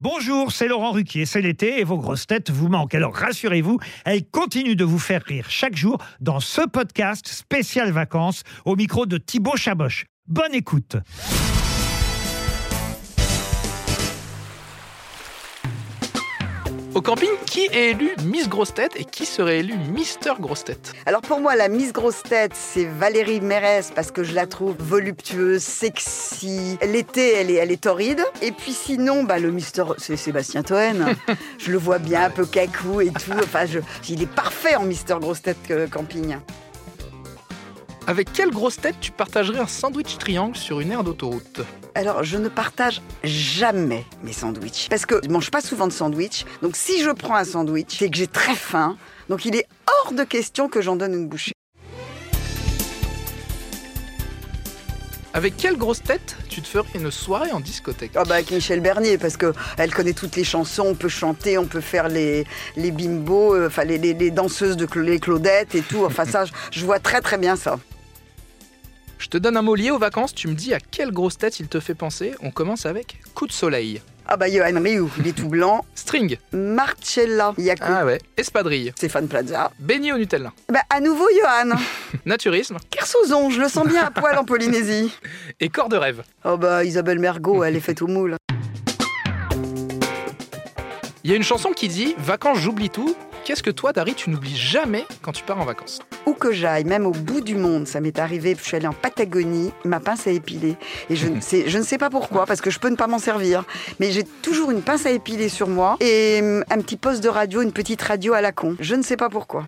Bonjour, c'est Laurent Ruquier, c'est l'été et vos grosses têtes vous manquent. Alors rassurez-vous, elles continuent de vous faire rire chaque jour dans ce podcast spécial vacances au micro de Thibaut Chaboch. Bonne écoute. Au camping, qui est élu Miss Grosse Tête et qui serait élu Mister Grosse Tête Alors pour moi, la Miss Grosse Tête, c'est Valérie Mérès parce que je la trouve voluptueuse, sexy. L'été, elle est, elle est torride. Et puis sinon, bah, le Mister, c'est Sébastien Toen. je le vois bien, un peu cacou et tout. Enfin, je- il est parfait en Mister Grosse Tête que camping. Avec quelle grosse tête tu partagerais un sandwich triangle sur une aire d'autoroute Alors, je ne partage jamais mes sandwichs parce que je mange pas souvent de sandwich. Donc si je prends un sandwich, c'est que j'ai très faim. Donc il est hors de question que j'en donne une bouchée. Avec quelle grosse tête tu te ferais une soirée en discothèque Ah bah avec Michel Bernier, parce que elle connaît toutes les chansons, on peut chanter, on peut faire les, les bimbos, euh, enfin les, les- les danseuses de Cla- les Claudettes et tout. Enfin ça, je- je vois très très bien ça. Je te donne un mot lié aux vacances, tu me dis à quelle grosse tête il te fait penser. On commence avec coup de soleil. Ah bah Johan Rioux, il est tout blanc. String. Marcella Yacoub, Ah ouais. Espadrille. Stéphane Plaza. Beignet au Nutella. Bah à nouveau Johan. Naturisme. Kersauzon, je le sens bien à poil en Polynésie. Et corps de rêve. Oh bah Isabelle Mergot, elle est faite au moule. Il y a une chanson qui dit Vacances, j'oublie tout. Qu'est-ce que toi, Dari, tu n'oublies jamais quand tu pars en vacances Où que j'aille, même au bout du monde, ça m'est arrivé. Je suis allée en Patagonie, ma pince à épiler. Et je, ne sais, je ne sais pas pourquoi, parce que je peux ne pas m'en servir. Mais j'ai toujours une pince à épiler sur moi et hum, un petit poste de radio, une petite radio à la con. Je ne sais pas pourquoi.